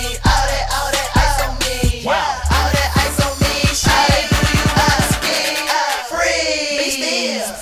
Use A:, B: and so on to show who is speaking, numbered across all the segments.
A: uh,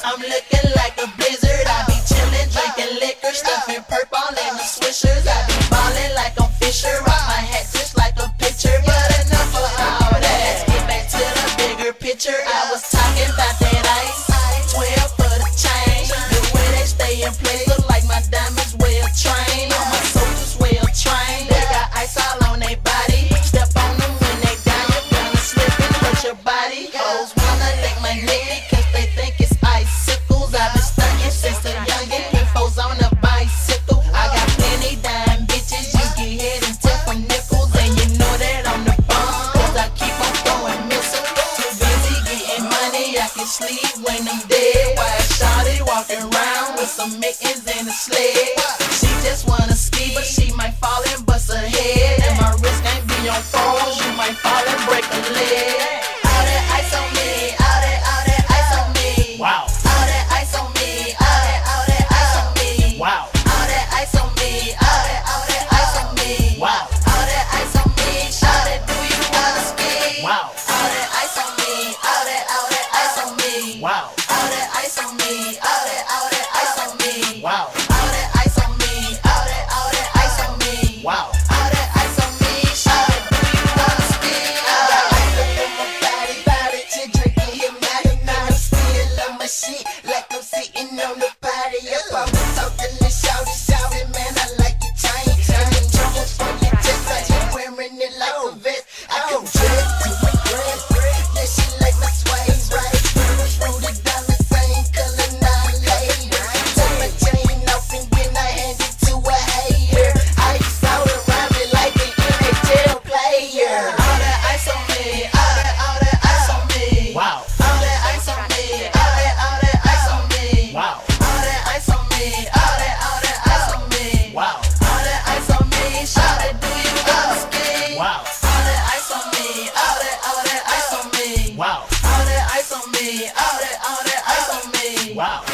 A: I'm looking like a blizzard. I be chillin', drinking liquor, stuffing purple in the swishers. I be ballin' like I'm Fisher. Rock my hat just like a pitcher. But enough of all that. Let's get back to the bigger picture. I was talking about that ice. 12 for the change. The way they stay in place look like my diamonds well trained. All my soldiers well trained. They got ice all on their body. Step on them when they down. You're gonna slip and hurt your body. Hoes wanna lick my nigga cause they think it's icicles. I've been stunting since the youngin'. Put foes on a bicycle. I got plenty dime bitches. You get hit and tip for nickels. And you know that I'm the bomb. Cause I keep on throwing missiles. Too busy getting money. I can sleep when I'm dead. Why shawty walking around with some mittens and a sled? She just wanna ski, but she might fall and bust her head. And my wrist can't be on phones. You might fall and break a leg. All that ice on me. All that, all that ice on me.
B: Wow.
A: All that ice on me. All that, all that ice on me.
B: Wow.
A: All that ice on me, all that, all that ice on me.
B: Wow.
A: All that ice on me, shout it, do you wanna ski?
B: Wow.
A: All that ice on me, all that, all that ice on me.
B: Wow.
A: All that ice on me, all that, all that ice on me.
B: Wow.
A: All that ice on me, all that, all that ice on me.
B: Wow.
A: All that ice on me, shout it, do you wanna ski? All that ice up in my body, body to drinking him out and I'm still on my shit like I'm sitting on the body up. I was talking and shouting, shouting, man, I like your chain. Turning trouble from your chest, like you wearing it like a vest. I can dress to a dress. Yeah, she like my sway, right? Fruity diamonds, same color, nine later. Take my chain off and then I hand it to a hater. Ice out around me like an NHL player. All that ice on me, all that, all that ice on me.
B: Wow.
A: All that ice on me, all that, all that ice on me.
B: Wow.
A: All that ice on me, all that, all that ice on me.
B: Wow.
A: All that ice on me, shout it, do you wanna ski?
B: Wow.
A: All that ice on me, all that, all that ice on me.
B: Wow.
A: All that ice on me, all that, all that ice on me.
B: Wow.